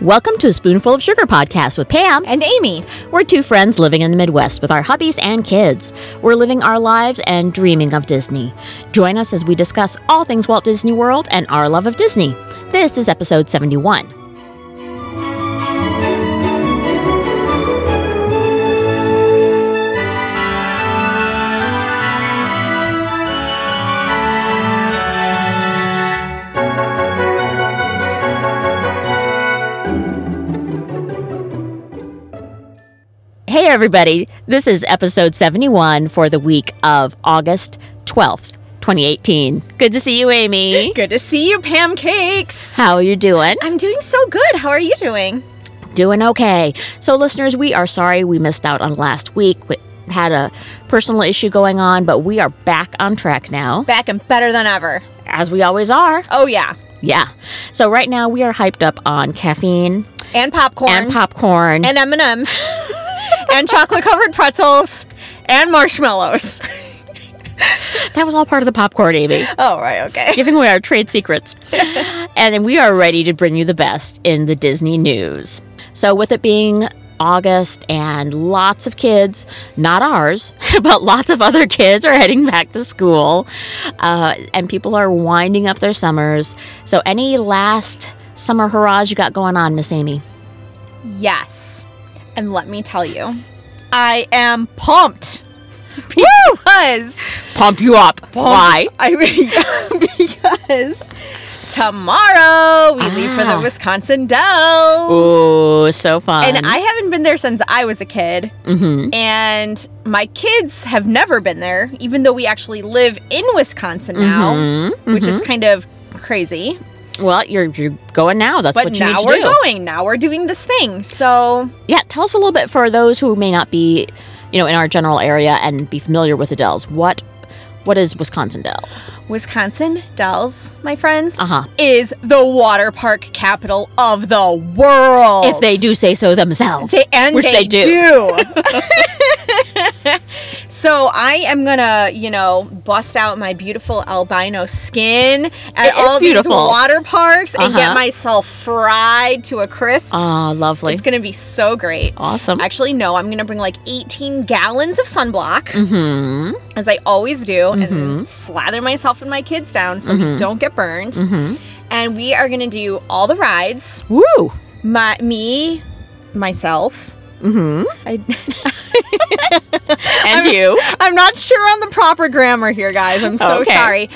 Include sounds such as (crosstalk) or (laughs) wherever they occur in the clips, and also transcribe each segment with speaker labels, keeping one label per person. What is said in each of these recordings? Speaker 1: Welcome to a Spoonful of Sugar podcast with Pam.
Speaker 2: And Amy.
Speaker 1: We're two friends living in the Midwest with our hubbies and kids. We're living our lives and dreaming of Disney. Join us as we discuss all things Walt Disney World and our love of Disney. This is episode 71. Hey, everybody. This is episode 71 for the week of August 12th, 2018. Good to see you,
Speaker 2: (laughs)
Speaker 1: Amy.
Speaker 2: Good to see you, Pam Cakes.
Speaker 1: How are you doing?
Speaker 2: I'm doing so good. How are you doing?
Speaker 1: Doing okay. So, listeners, we are sorry we missed out on last week. We had a personal issue going on, but we are back on track now,
Speaker 2: Back and better than ever.
Speaker 1: as we always are.
Speaker 2: Oh, yeah.
Speaker 1: Yeah. So, right now, we are hyped up on caffeine
Speaker 2: And popcorn.
Speaker 1: and popcorn.
Speaker 2: And M&Ms. (laughs) and chocolate-covered pretzels. And marshmallows. (laughs)
Speaker 1: that was all part of the popcorn, Amy.
Speaker 2: oh, right. Okay.
Speaker 1: giving away our trade
Speaker 2: (laughs)
Speaker 1: secrets. and then we are ready to bring you the best in the Disney news. So, with it being August and lots of kids, not ours, (laughs) but lots of other kids are heading back to school uh, and people are winding up their summers. So, any last summer hurrahs you got going on, Miss Amy?
Speaker 2: Yes. And let me tell you, I am pumped. (laughs) Because...
Speaker 1: Pump you up. Why?
Speaker 2: I mean, (laughs) because... Tomorrow we leave for the
Speaker 1: Ah.
Speaker 2: Wisconsin Dells.
Speaker 1: Oh, so fun.
Speaker 2: And I haven't been there since I was a kid.
Speaker 1: Mhm.
Speaker 2: And my kids have never been there, even though we actually live in Wisconsin now,
Speaker 1: Mhm,
Speaker 2: which is kind of crazy.
Speaker 1: Well, you're, you're going now. That's
Speaker 2: But
Speaker 1: what you
Speaker 2: now
Speaker 1: need to
Speaker 2: we're
Speaker 1: do.
Speaker 2: going. Now we're doing this thing. So,
Speaker 1: Yeah, tell us a little bit for those who may not be, you know, in our general area and be familiar with the Dells. What what is Wisconsin Dells?
Speaker 2: Wisconsin Dells, my friends,
Speaker 1: Uh-huh.
Speaker 2: is the water park capital of the world.
Speaker 1: If they do say so themselves.
Speaker 2: They, and
Speaker 1: which they, do. (laughs)
Speaker 2: do. (laughs) so I am gonna, you know, bust out my beautiful albino skin at
Speaker 1: It is
Speaker 2: all
Speaker 1: beautiful.
Speaker 2: these water parks and
Speaker 1: Uh-huh.
Speaker 2: get myself fried to a crisp.
Speaker 1: Oh, lovely.
Speaker 2: It's gonna be so great.
Speaker 1: awesome.
Speaker 2: Actually, no, I'm gonna bring like 18 gallons of sunblock,
Speaker 1: Mhm.
Speaker 2: as I always do,
Speaker 1: Mhm.
Speaker 2: and slather myself and my kids down so we
Speaker 1: Mhm.
Speaker 2: don't get burned.
Speaker 1: Mhm.
Speaker 2: And we are gonna do all the rides.
Speaker 1: Woo.
Speaker 2: My, me, myself.
Speaker 1: Mhm.
Speaker 2: I,
Speaker 1: And
Speaker 2: (laughs) I'm-
Speaker 1: you.
Speaker 2: I'm not sure on the proper grammar here, guys. I'm so
Speaker 1: Okay.
Speaker 2: sorry.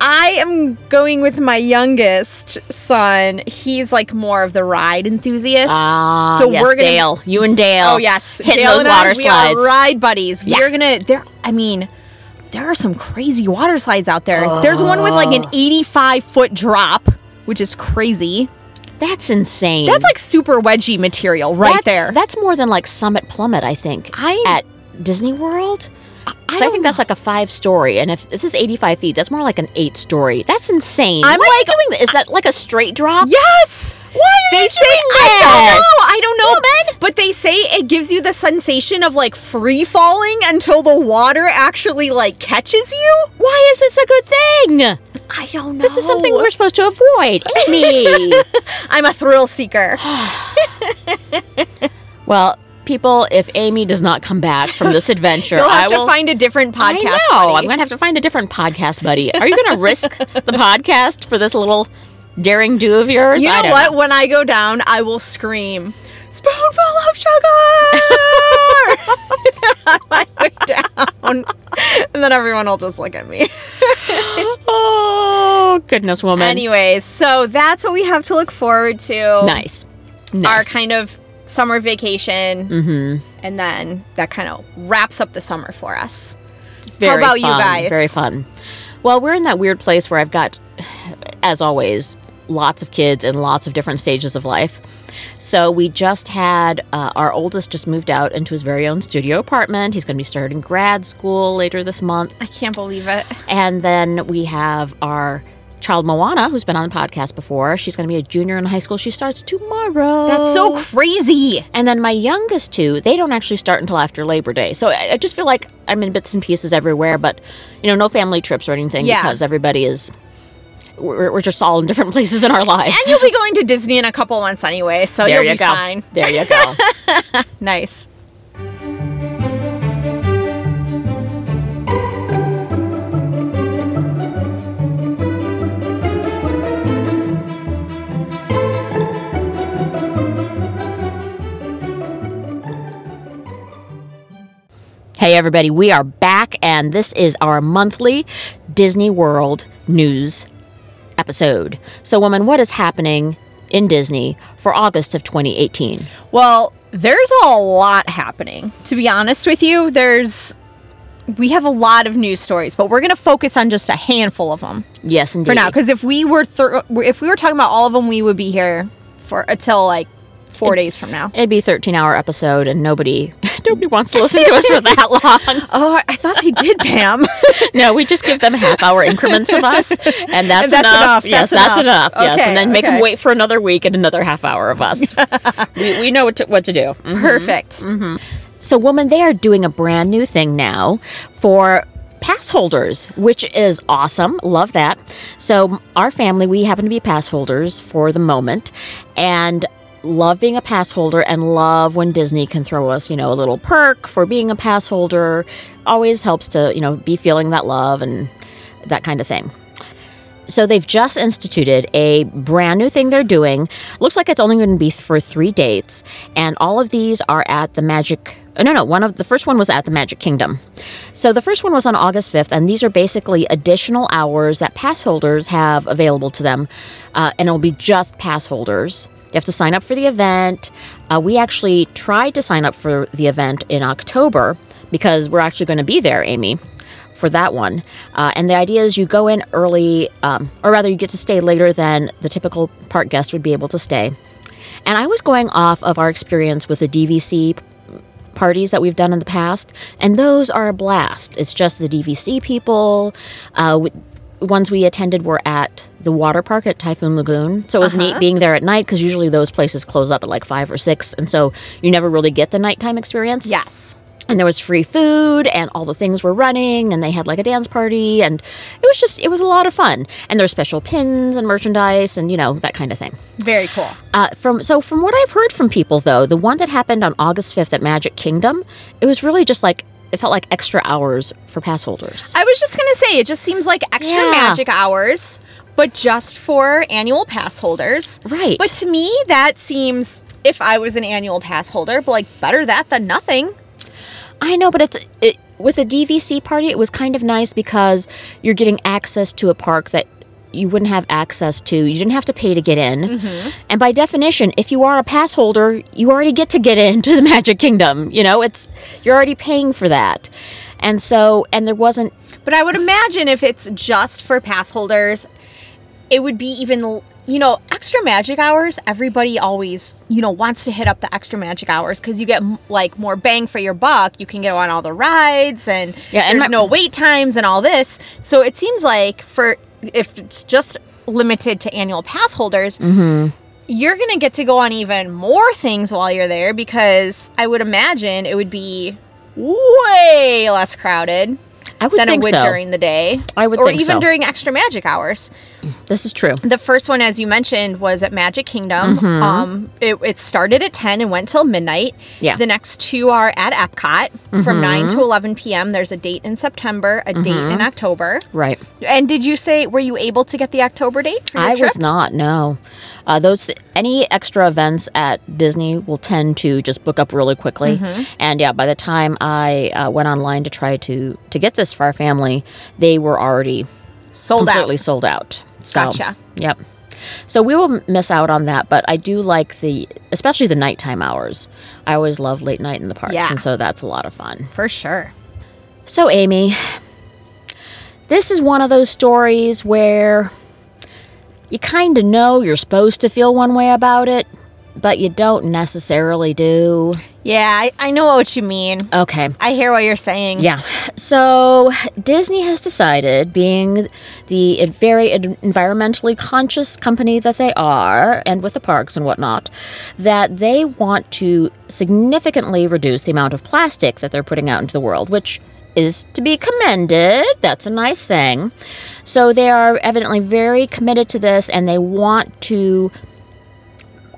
Speaker 2: I am going with my youngest son. He's like more of the ride enthusiast.
Speaker 1: Ah,
Speaker 2: so
Speaker 1: yes,
Speaker 2: we're gonna.
Speaker 1: Dale, you and Dale.
Speaker 2: Oh yes,
Speaker 1: Hitting
Speaker 2: Dale
Speaker 1: those
Speaker 2: and
Speaker 1: water
Speaker 2: I,
Speaker 1: slides.
Speaker 2: We are ride buddies.
Speaker 1: Yeah.
Speaker 2: We are gonna. There. I mean, there are some crazy water slides out there. There's one with like an
Speaker 1: Oh.
Speaker 2: 85 foot drop, which is crazy.
Speaker 1: That's insane.
Speaker 2: That's like super wedgie material right
Speaker 1: Mm. That's-
Speaker 2: there.
Speaker 1: That's more than like Summit Plummet, I think.
Speaker 2: I
Speaker 1: at Disney World?
Speaker 2: I
Speaker 1: Because I,
Speaker 2: don't
Speaker 1: think that's like a five story, and if this is eighty five feet, that's more like an eight story. That's insane.
Speaker 2: I'm
Speaker 1: Why are you doing this? Is that like a straight drop?
Speaker 2: Yes. Why are they
Speaker 1: you
Speaker 2: say
Speaker 1: doing this?
Speaker 2: I don't know. I don't know, But they say it gives you the sensation of like free falling until the water actually like catches you.
Speaker 1: Why is this a good thing?
Speaker 2: I don't know.
Speaker 1: This is something we're supposed to
Speaker 2: (laughs)
Speaker 1: avoid. Amy.
Speaker 2: I'm a thrill (gasps) seeker.
Speaker 1: well, people, if Amy does not come back from this adventure,
Speaker 2: You'll
Speaker 1: I
Speaker 2: have to
Speaker 1: will.
Speaker 2: find a different
Speaker 1: I
Speaker 2: podcast.
Speaker 1: know. I'm
Speaker 2: buddy.
Speaker 1: going to have to find a different podcast buddy. Are you going to risk the podcast for this little daring do of yours?
Speaker 2: You
Speaker 1: I
Speaker 2: know
Speaker 1: don't
Speaker 2: what? When I go down, I will scream, "Spoonful of (laughs) sugar!" on my way down, and then everyone will just look at me.
Speaker 1: Oh goodness, woman.
Speaker 2: Anyways, so that's what we have to look forward to.
Speaker 1: nice.
Speaker 2: our
Speaker 1: Nice.
Speaker 2: kind of summer vacation,
Speaker 1: mm-hmm.
Speaker 2: and then that kind of wraps up the summer for us.
Speaker 1: Very
Speaker 2: about you
Speaker 1: fun,
Speaker 2: guys?
Speaker 1: Very fun. Well, we're in that weird place where I've got, as always, lots of kids in lots of different stages of life. So we just had uh, our oldest just moved out into his very own studio apartment. He's going to be starting grad school later this month.
Speaker 2: I can't believe it.
Speaker 1: And then we have our child Moana, who's been on the podcast before. She's going to be a junior in high school. She starts tomorrow.
Speaker 2: That's so crazy.
Speaker 1: And then my youngest two, they don't actually start until after Labor Day. So I, I just feel like I'm in bits and pieces everywhere, but you know, no family trips or anything
Speaker 2: Yeah.
Speaker 1: because everybody is we're, we're just all in different (laughs) places in our lives.
Speaker 2: And you'll be going to Disney in a couple months anyway, so
Speaker 1: there you
Speaker 2: you'll be
Speaker 1: go.
Speaker 2: fine.
Speaker 1: There you
Speaker 2: (laughs)
Speaker 1: go.
Speaker 2: Nice.
Speaker 1: Hey, everybody, we are back, and this is our monthly Disney World news episode. So, woman, what is happening in Disney for August of 2018?
Speaker 2: Well, there's a lot happening. To be honest with you, there's we have a lot of news stories, but we're going to focus on just a handful of them
Speaker 1: Yes, indeed.
Speaker 2: for now cuz if we were thr if we were talking about all of them, we would be here for until like 4 days from now.
Speaker 1: It'd be a 13 hour episode, and nobody (laughs) nobody wants to listen to us for
Speaker 2: (laughs)
Speaker 1: that long.
Speaker 2: Oh, I thought they did, Pam. (laughs)
Speaker 1: No, we just give them half hour increments of us, and that's,
Speaker 2: And that's enough,
Speaker 1: Yes,
Speaker 2: that's
Speaker 1: that's enough.
Speaker 2: enough.
Speaker 1: yes,
Speaker 2: Okay,
Speaker 1: and then make them
Speaker 2: okay.
Speaker 1: wait for another week and another half hour of
Speaker 2: (laughs)
Speaker 1: us. we, we know what to, what to do. Mhm.
Speaker 2: Perfect.
Speaker 1: So, woman, they are doing a brand new thing now for pass holders, which is awesome. Love that. So, our family, we happen to be pass holders for the moment. And love being a pass holder and love when Disney can throw us, you know, a little perk for being a pass holder. Always helps to, you know, be feeling that love and that kind of thing. So they've just instituted a brand new thing they're doing. Looks like it's only going to be for three dates, and all of these are at the Magic. oh, No, no, one of the first one was at the Magic Kingdom. So the first one was on August 5th, and these are basically additional hours that pass holders have available to them, uh, and it'll be just pass holders. You have to sign up for the event. Uh, we actually tried to sign up for the event in October because we're actually going to be there, Amy for that one. Uh, and the idea is you go in early, um, or rather, you get to stay later than the typical park guest would be able to stay. And I was going off of our experience with the DVC parties that we've done in the past, and those are a blast. It's just the DVC people. Uh, w- ones we attended were at the water park at Typhoon Lagoon. So it was neat being there at night because usually those places close up at like five or six. And so you never really get the nighttime experience
Speaker 2: Yes.
Speaker 1: and there was free food and all the things were running and they had like a dance party and it was just it was a lot of fun and there's special pins and merchandise and you know that kind of thing
Speaker 2: Very cool.
Speaker 1: uh, from so from what i've heard from people though the one that happened on august 5th at magic kingdom it was really just like it felt like extra hours for pass holders
Speaker 2: I was just going to say it just seems like extra
Speaker 1: Yeah.
Speaker 2: magic hours, but just for annual pass holders.
Speaker 1: right
Speaker 2: But to me, that seems, if I was an annual pass holder, but like better that than nothing.
Speaker 1: I know, but it's it, with a DVC party. It was kind of nice because you're getting access to a park that you wouldn't have access to. You didn't have to pay to get in,
Speaker 2: Mm-hmm.
Speaker 1: and by definition, if you are a pass holder, you already get to get (laughs) into the Magic Kingdom. You know, it's you're already paying for that, and so and there wasn't.
Speaker 2: But I would imagine if it's just for pass holders, it would be even, l- you know, extra magic hours. Everybody always, you know, wants to hit up the extra magic hours because you get m- like more bang for your buck. You can get on all the rides and
Speaker 1: Yeah, and
Speaker 2: there's
Speaker 1: my-
Speaker 2: no wait times and all this. So it seems like for if it's just limited to annual pass holders,
Speaker 1: Mm-hmm.
Speaker 2: you're going to get to go on even more things while you're there because I would imagine it would be way less crowded
Speaker 1: I would
Speaker 2: than it
Speaker 1: think
Speaker 2: would
Speaker 1: so.
Speaker 2: during the day.
Speaker 1: I would
Speaker 2: or
Speaker 1: think
Speaker 2: even
Speaker 1: so.
Speaker 2: during extra magic hours.
Speaker 1: this is true.
Speaker 2: The first one, as you mentioned, was at Magic Kingdom.
Speaker 1: Mm-hmm.
Speaker 2: Um, it, it started at 10 and went till midnight.
Speaker 1: Yeah. Mm-hmm.
Speaker 2: The next two are at Epcot from 9 to 11 p.m. There's a date in September, a date in October.
Speaker 1: Right.
Speaker 2: And did you say, were you able to get the October date for your
Speaker 1: I
Speaker 2: trip?
Speaker 1: was not. No, uh, those any extra events at Disney will tend to just book up really quickly.
Speaker 2: Mm-hmm.
Speaker 1: And yeah, by the time I uh, went online to try to to get this for our family, they were already
Speaker 2: Sold out.
Speaker 1: completely sold out. So,
Speaker 2: Gotcha.
Speaker 1: Yep. So we will miss out on that, but I do like the especially the nighttime hours. I always love late night in the parks,
Speaker 2: Yeah.
Speaker 1: and so that's a lot of fun.
Speaker 2: For sure.
Speaker 1: So, Amy, this is one of those stories where you kind of know you're supposed to feel one way about it, but you don't necessarily do.
Speaker 2: Yeah, I, I know what you mean.
Speaker 1: Okay.
Speaker 2: I hear what you're saying.
Speaker 1: Yeah. So Disney has decided, being the en- very en- environmentally conscious company that they are, and with the parks and whatnot, that they want to significantly reduce the amount of plastic that they're putting out into the world, which is to be commended. That's a nice thing. So they are evidently very committed to this and they want to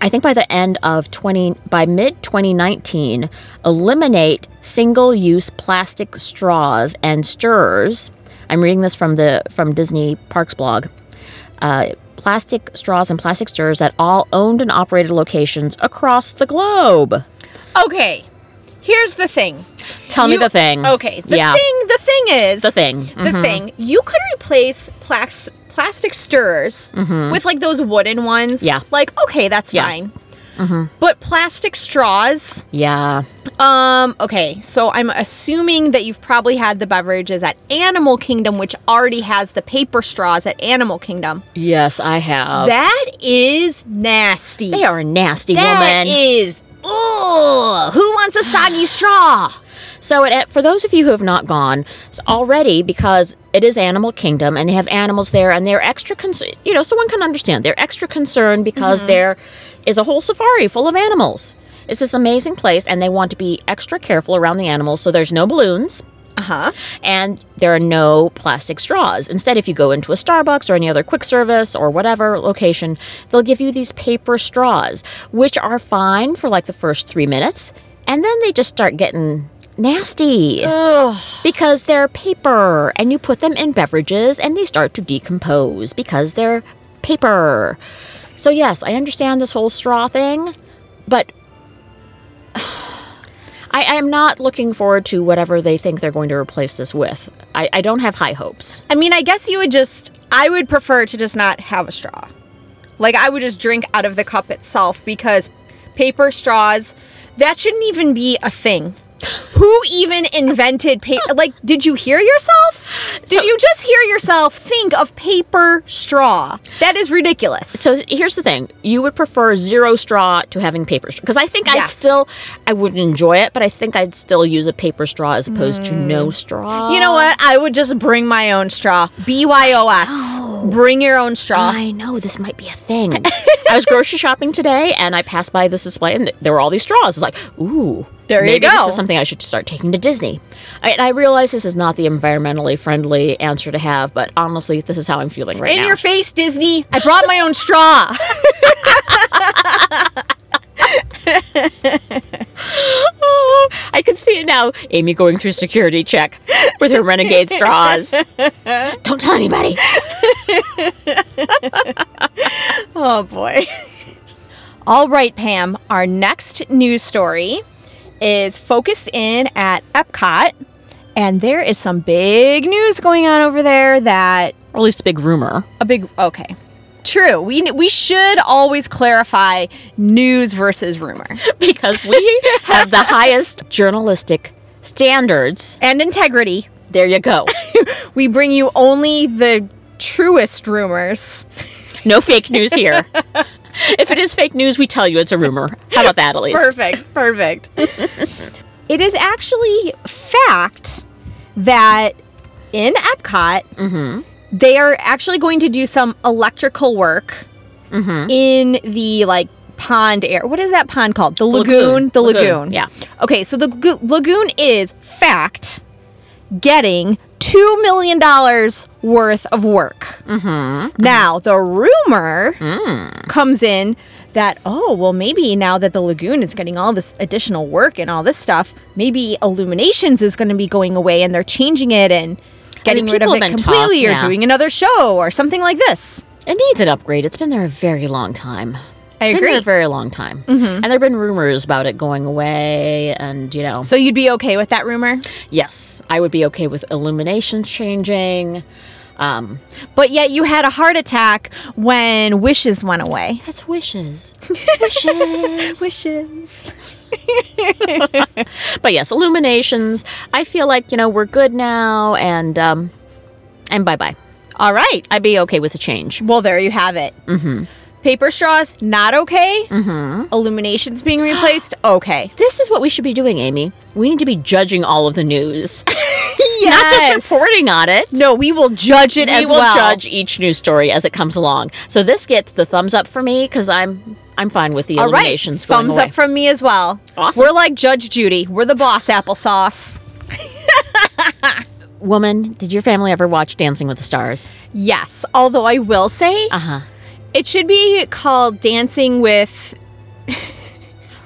Speaker 1: I think by the end of 20 by mid 2019 eliminate single-use plastic straws and stirrers. I'm reading this from the from Disney Parks blog. Uh, plastic straws and plastic stirrers at all owned and operated locations across the globe.
Speaker 2: Okay. Here's the thing.
Speaker 1: Tell me
Speaker 2: You-
Speaker 1: the thing.
Speaker 2: Okay. The
Speaker 1: yeah.
Speaker 2: thing. The thing is
Speaker 1: The thing. Mm-hmm.
Speaker 2: The thing. You could replace plax- plastic stirrers with like those wooden ones.
Speaker 1: Mm-hmm. Yeah.
Speaker 2: Like okay, that's
Speaker 1: Yeah. Mm-hmm.
Speaker 2: fine. But plastic straws.
Speaker 1: Yeah.
Speaker 2: Um. Okay. So I'm assuming that you've probably had the beverages at Animal Kingdom, which already has the paper straws at Animal Kingdom.
Speaker 1: Yes, I have.
Speaker 2: that is nasty.
Speaker 1: they are a nasty
Speaker 2: That
Speaker 1: woman.
Speaker 2: is- Ugh, who wants a soggy straw?
Speaker 1: So, it, for those of you who have not gone s- already, because it is Animal Kingdom and they have animals there, and they're extra concerned, you know, someone can understand. They're extra concerned because there is a whole safari full of animals. It's this amazing place, and they want to be extra careful around the animals. So, there's no balloons
Speaker 2: Uh huh.
Speaker 1: and there are no plastic straws. Instead, if you go into a Starbucks or any other quick service or whatever location, they'll give you these paper straws, which are fine for like the first three minutes, and then they just start getting nasty
Speaker 2: Ugh.
Speaker 1: because they're paper and you put them in beverages and they start to decompose because they're paper. So, yes, I understand this whole straw thing, but (sighs) I, I am not looking forward to whatever they think they're going to replace this with. I, I don't have high hopes.
Speaker 2: I mean, I guess you would just. I would prefer to just not have a straw. Like I would just drink out of the cup itself because paper straws. That shouldn't even be a thing. Who even invented paper? Like, did you hear yourself? Did
Speaker 1: So-
Speaker 2: you just hear yourself think of paper straw? That is ridiculous.
Speaker 1: So here's the thing: you would prefer zero straw to having paper straw because I think I'd
Speaker 2: Yes.
Speaker 1: still, I would enjoy it, but I think I'd still use a paper straw as opposed to no straw.
Speaker 2: You know what? I would just bring my own straw. BYOS. Bring your own straw.
Speaker 1: I know this might be a thing. I was grocery shopping today and I passed by this display and there were all these straws. It's like, ooh,
Speaker 2: There you
Speaker 1: maybe This
Speaker 2: go.
Speaker 1: is something I should start taking to Disney. I, and I realize this is not the environmentally friendly answer to have, but honestly, this is how I'm feeling right
Speaker 2: In
Speaker 1: now.
Speaker 2: your face, Disney. I brought my own straw. (laughs)
Speaker 1: Oh, (laughs) I can see it now. Amy going through security check with her renegade
Speaker 2: (laughs)
Speaker 1: straws. Don't tell anybody.
Speaker 2: Oh boy. (laughs) All right, Pam. Our next news story is focused in at Epcot, and there is some big news going on over there that
Speaker 1: Or at least a big rumor.
Speaker 2: a big okay. True. We we should always clarify news versus rumor
Speaker 1: Because
Speaker 2: (laughs)
Speaker 1: we have the highest journalistic standards.
Speaker 2: and integrity.
Speaker 1: There you go.
Speaker 2: We bring you only the truest rumors.
Speaker 1: No fake news here. if it is fake news, we tell you it's a rumor. How about that, at least?
Speaker 2: (laughs) Perfect, perfect. it is actually fact that in Epcot, they are actually going to do some electrical work Mm-hmm. in the like pond air. What is that pond called? The lagoon. The lagoon.
Speaker 1: Yeah.
Speaker 2: Okay, so the gu- lagoon is fact getting two million dollars worth of work. Now the rumor comes in that oh well maybe now that the lagoon is getting all this additional work and all this stuff maybe illuminations is going to be going away and they're changing it and getting rid of
Speaker 1: people
Speaker 2: it
Speaker 1: have been
Speaker 2: completely
Speaker 1: talk-
Speaker 2: or
Speaker 1: yeah.
Speaker 2: doing another show or something like this.
Speaker 1: It needs an upgrade. It's been there a very long time.
Speaker 2: I
Speaker 1: Been
Speaker 2: agree.
Speaker 1: there a very long time. And there have been rumors about it going away, and, you know.
Speaker 2: so you'd be okay with that rumor?
Speaker 1: Yes, I would be okay with illuminations changing. Um,
Speaker 2: But yet you had a heart attack when wishes went away.
Speaker 1: that's wishes. Wishes.
Speaker 2: Wishes.
Speaker 1: but yes, illuminations. I feel like, you know, we're good now and um and bye-bye.
Speaker 2: All right.
Speaker 1: I'd be okay with a change.
Speaker 2: Well, there you have it. Mm-hmm. Paper straws, not okay. Mm-hmm. Illuminations being replaced, okay.
Speaker 1: This is what we should be doing, Amy. We need to be judging all of the news. Not just reporting on it.
Speaker 2: No, we will judge it
Speaker 1: we
Speaker 2: as
Speaker 1: will
Speaker 2: well.
Speaker 1: judge each news story as it comes along. So this gets the thumbs up for me because I'm I'm fine with the
Speaker 2: All right.
Speaker 1: illuminations going
Speaker 2: Thumbs
Speaker 1: away.
Speaker 2: up from me as well.
Speaker 1: Awesome.
Speaker 2: We're like Judge Judy. We're the boss applesauce.
Speaker 1: woman, did your family ever watch Dancing with the Stars?
Speaker 2: Yes, although I will say
Speaker 1: Uh
Speaker 2: (laughs)
Speaker 1: huh.
Speaker 2: it should be called Dancing with.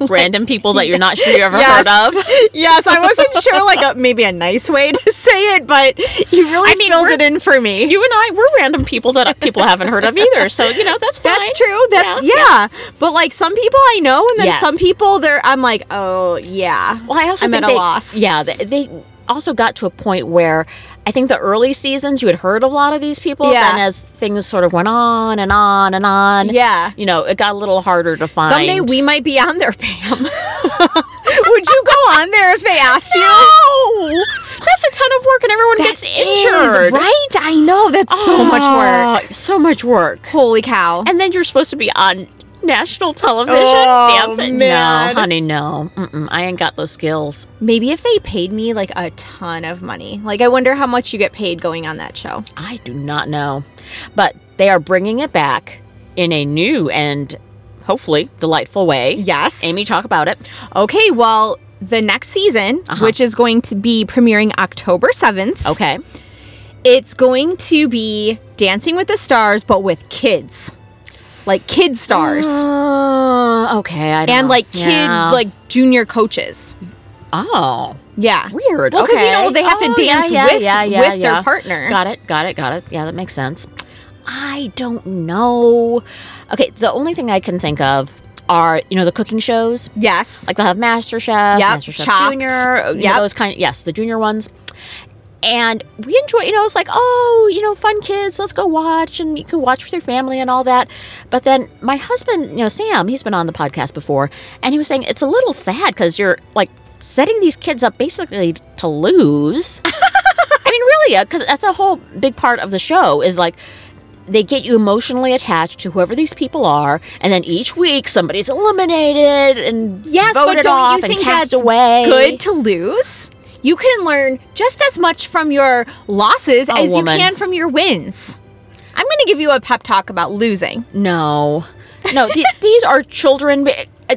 Speaker 1: Random people that you're not sure you ever
Speaker 2: Yes.
Speaker 1: heard of.
Speaker 2: (laughs) Yes, I wasn't sure, like a, maybe a nice way to (laughs) say it, but you really
Speaker 1: I mean,
Speaker 2: filled
Speaker 1: we're-
Speaker 2: it in for me.
Speaker 1: You and I, we're random people that people haven't heard of either. So, you know, that's fine.
Speaker 2: That's true. That's yeah. But like some people I know, and then
Speaker 1: Yes.
Speaker 2: some people they're I'm like, oh yeah.
Speaker 1: Well, I also
Speaker 2: I'm
Speaker 1: think
Speaker 2: at a
Speaker 1: they-
Speaker 2: loss.
Speaker 1: Yeah, they, they also got to a point where I think the early seasons you had heard a lot of these people,
Speaker 2: Yeah.
Speaker 1: and as things sort of went on and on and on,
Speaker 2: Yeah.
Speaker 1: you know, it got a little harder to find.
Speaker 2: Someday we might be on there, Pam. (laughs) Would you go on there if they asked you?
Speaker 1: no, that's a ton of work, and everyone gets injured.
Speaker 2: Is, right? I know. That's so much work.
Speaker 1: Ah, So much work,
Speaker 2: Holy cow.
Speaker 1: and then you're supposed to be on national television
Speaker 2: Oh,
Speaker 1: dancing.
Speaker 2: man.
Speaker 1: No, honey, no. Mm-mm, I ain't got those skills.
Speaker 2: Maybe if they paid me like a ton of money. Like I wonder how much you get paid going on that show.
Speaker 1: I do not know. But they are bringing it back in a new and hopefully delightful way.
Speaker 2: Yes.
Speaker 1: Amy, talk about it.
Speaker 2: Okay, well, the next season,
Speaker 1: Uh-huh.
Speaker 2: which is going to be premiering October 7th.
Speaker 1: Okay.
Speaker 2: It's going to be Dancing with the Stars, but with kids, like kid stars,
Speaker 1: (gasps) Uh, okay. I don't
Speaker 2: and
Speaker 1: know.
Speaker 2: like kid,
Speaker 1: Yeah.
Speaker 2: like junior coaches.
Speaker 1: oh
Speaker 2: Yeah,
Speaker 1: weird.
Speaker 2: Well, because
Speaker 1: okay.
Speaker 2: you know they have
Speaker 1: Oh,
Speaker 2: to dance
Speaker 1: yeah, yeah,
Speaker 2: with
Speaker 1: yeah, yeah,
Speaker 2: with
Speaker 1: yeah.
Speaker 2: their partner.
Speaker 1: Got it. Got it. Got it. Yeah, that makes sense. I don't know. Okay, the only thing I can think of are you know the cooking shows.
Speaker 2: Yes,
Speaker 1: Like they'll have Master Chef,
Speaker 2: Yep,
Speaker 1: Master Chef
Speaker 2: Chopped.
Speaker 1: Junior, you know,
Speaker 2: Yep.
Speaker 1: those kind. yes, the junior ones. And we enjoy, you know, it's like, oh, you know, fun kids, let's go watch, and you can watch with your family and all that. But then my husband, you know, Sam, he's been on the podcast before, and he was saying it's a little sad because you're like setting these kids up basically to lose. I mean, really, because that's a whole big part of the show is like they get you emotionally attached to whoever these people are, and then each week somebody's eliminated and
Speaker 2: yes,
Speaker 1: voted
Speaker 2: but don't
Speaker 1: off
Speaker 2: you think
Speaker 1: and cast
Speaker 2: that's
Speaker 1: away.
Speaker 2: good to lose? You can learn just as much from your losses
Speaker 1: Oh,
Speaker 2: as
Speaker 1: woman.
Speaker 2: you can from your wins. I'm going to give you a pep talk about losing.
Speaker 1: No, no, th- (laughs) these are children. be- uh,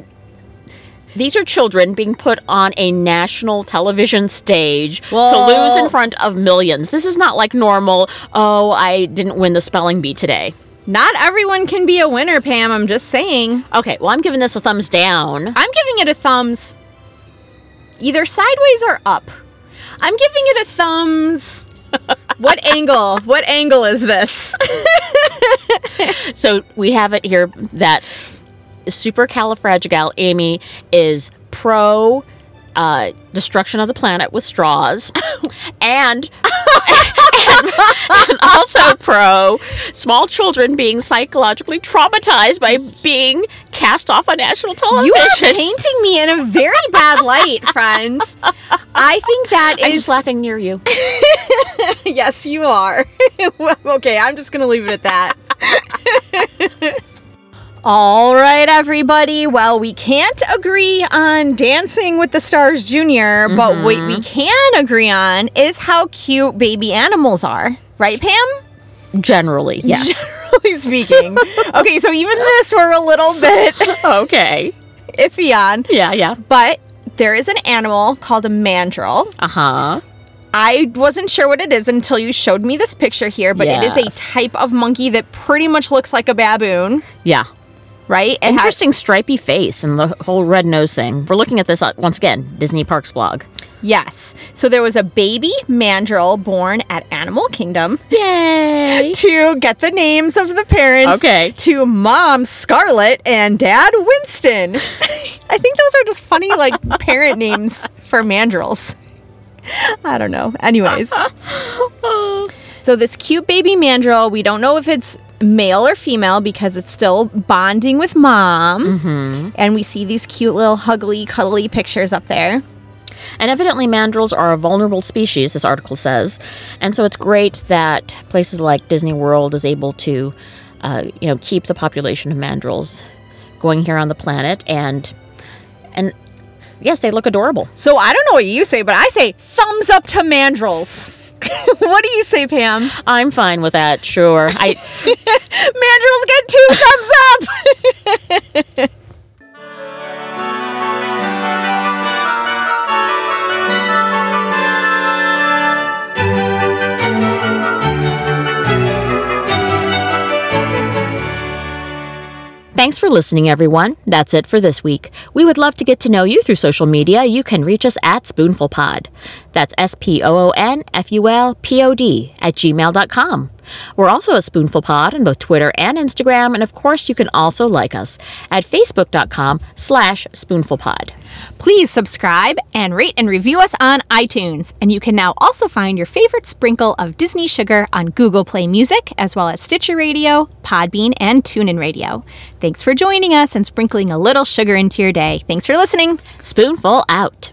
Speaker 1: These are children being put on a national television stage
Speaker 2: Well-
Speaker 1: to lose in front of millions. This is not like normal. Oh, I didn't win the spelling bee today.
Speaker 2: Not everyone can be a winner, Pam. I'm just saying.
Speaker 1: Okay, well, I'm giving this a thumbs down.
Speaker 2: I'm giving it a thumbs either sideways or up. I'm giving it
Speaker 1: (laughs)
Speaker 2: a thumbs. what angle? What angle is this?
Speaker 1: So we have it here that supercalifragilistic Amy is pro uh, destruction of the planet with straws, (laughs) and, and also pro small children being psychologically traumatized by being cast off on national
Speaker 2: You are
Speaker 1: television.
Speaker 2: painting me in a very bad light, friend. I think that
Speaker 1: (laughs) I'm
Speaker 2: is.
Speaker 1: just laughing near you.
Speaker 2: (laughs) yes, you are. Well, okay, I'm just going to leave it at that. (laughs) All right, everybody. Well, we can't agree on Dancing with the Stars junior but what we can agree on is how cute baby animals are. Right, Pam?
Speaker 1: Generally, yes.
Speaker 2: (laughs) Generally speaking. okay, so even this we're a little bit
Speaker 1: (laughs)
Speaker 2: (laughs)
Speaker 1: okay.
Speaker 2: iffy on,
Speaker 1: Yeah, yeah.
Speaker 2: but there is an animal called a mandrill.
Speaker 1: Uh huh.
Speaker 2: I wasn't sure what it is until you showed me this picture here, but it is
Speaker 1: Yes.
Speaker 2: a type of monkey that pretty much looks like a baboon,
Speaker 1: Yeah.
Speaker 2: right? It has-
Speaker 1: Interesting stripy face and the whole red nose thing. We're looking at this uh, once again, Disney Parks blog.
Speaker 2: yes. So there was a baby mandrill born at Animal Kingdom
Speaker 1: (laughs) Yay!
Speaker 2: to get the names of the parents
Speaker 1: Okay.
Speaker 2: to mom Scarlet and dad Winston. (laughs) I think those are just funny like parent names for mandrills. I don't know. Anyways. So this cute baby mandrill, we don't know if it's male or female because it's still bonding with mom. And we see these cute little huggly, cuddly pictures up there.
Speaker 1: And evidently, mandrills are a vulnerable species, this article says. And so it's great that places like Disney World is able to, uh, you know, keep the population of mandrills going here on the planet. And and yes, they look adorable.
Speaker 2: So I don't know what you say, but I say thumbs up to mandrills. (laughs) what do you say, Pam?
Speaker 1: I'm fine with that. Sure. I
Speaker 2: Mandrills get two thumbs (laughs) up.
Speaker 1: Thanks for listening, everyone. That's it for this week. We would love to get to know you through social media. You can reach us at SpoonfulPod. That's S P O O N F U L P O D at gmail.com. We're also a Spoonful Pod on both Twitter and Instagram, and of course, you can also like us at facebook.com slash spoonfulpod.
Speaker 2: Please subscribe and rate and review us on iTunes. And you can now also find your favorite sprinkle of Disney sugar on Google Play Music, as well as Stitcher Radio, Podbean, and TuneIn Radio. Thanks for joining us and sprinkling a little sugar into your day. Thanks for listening.
Speaker 1: Spoonful out.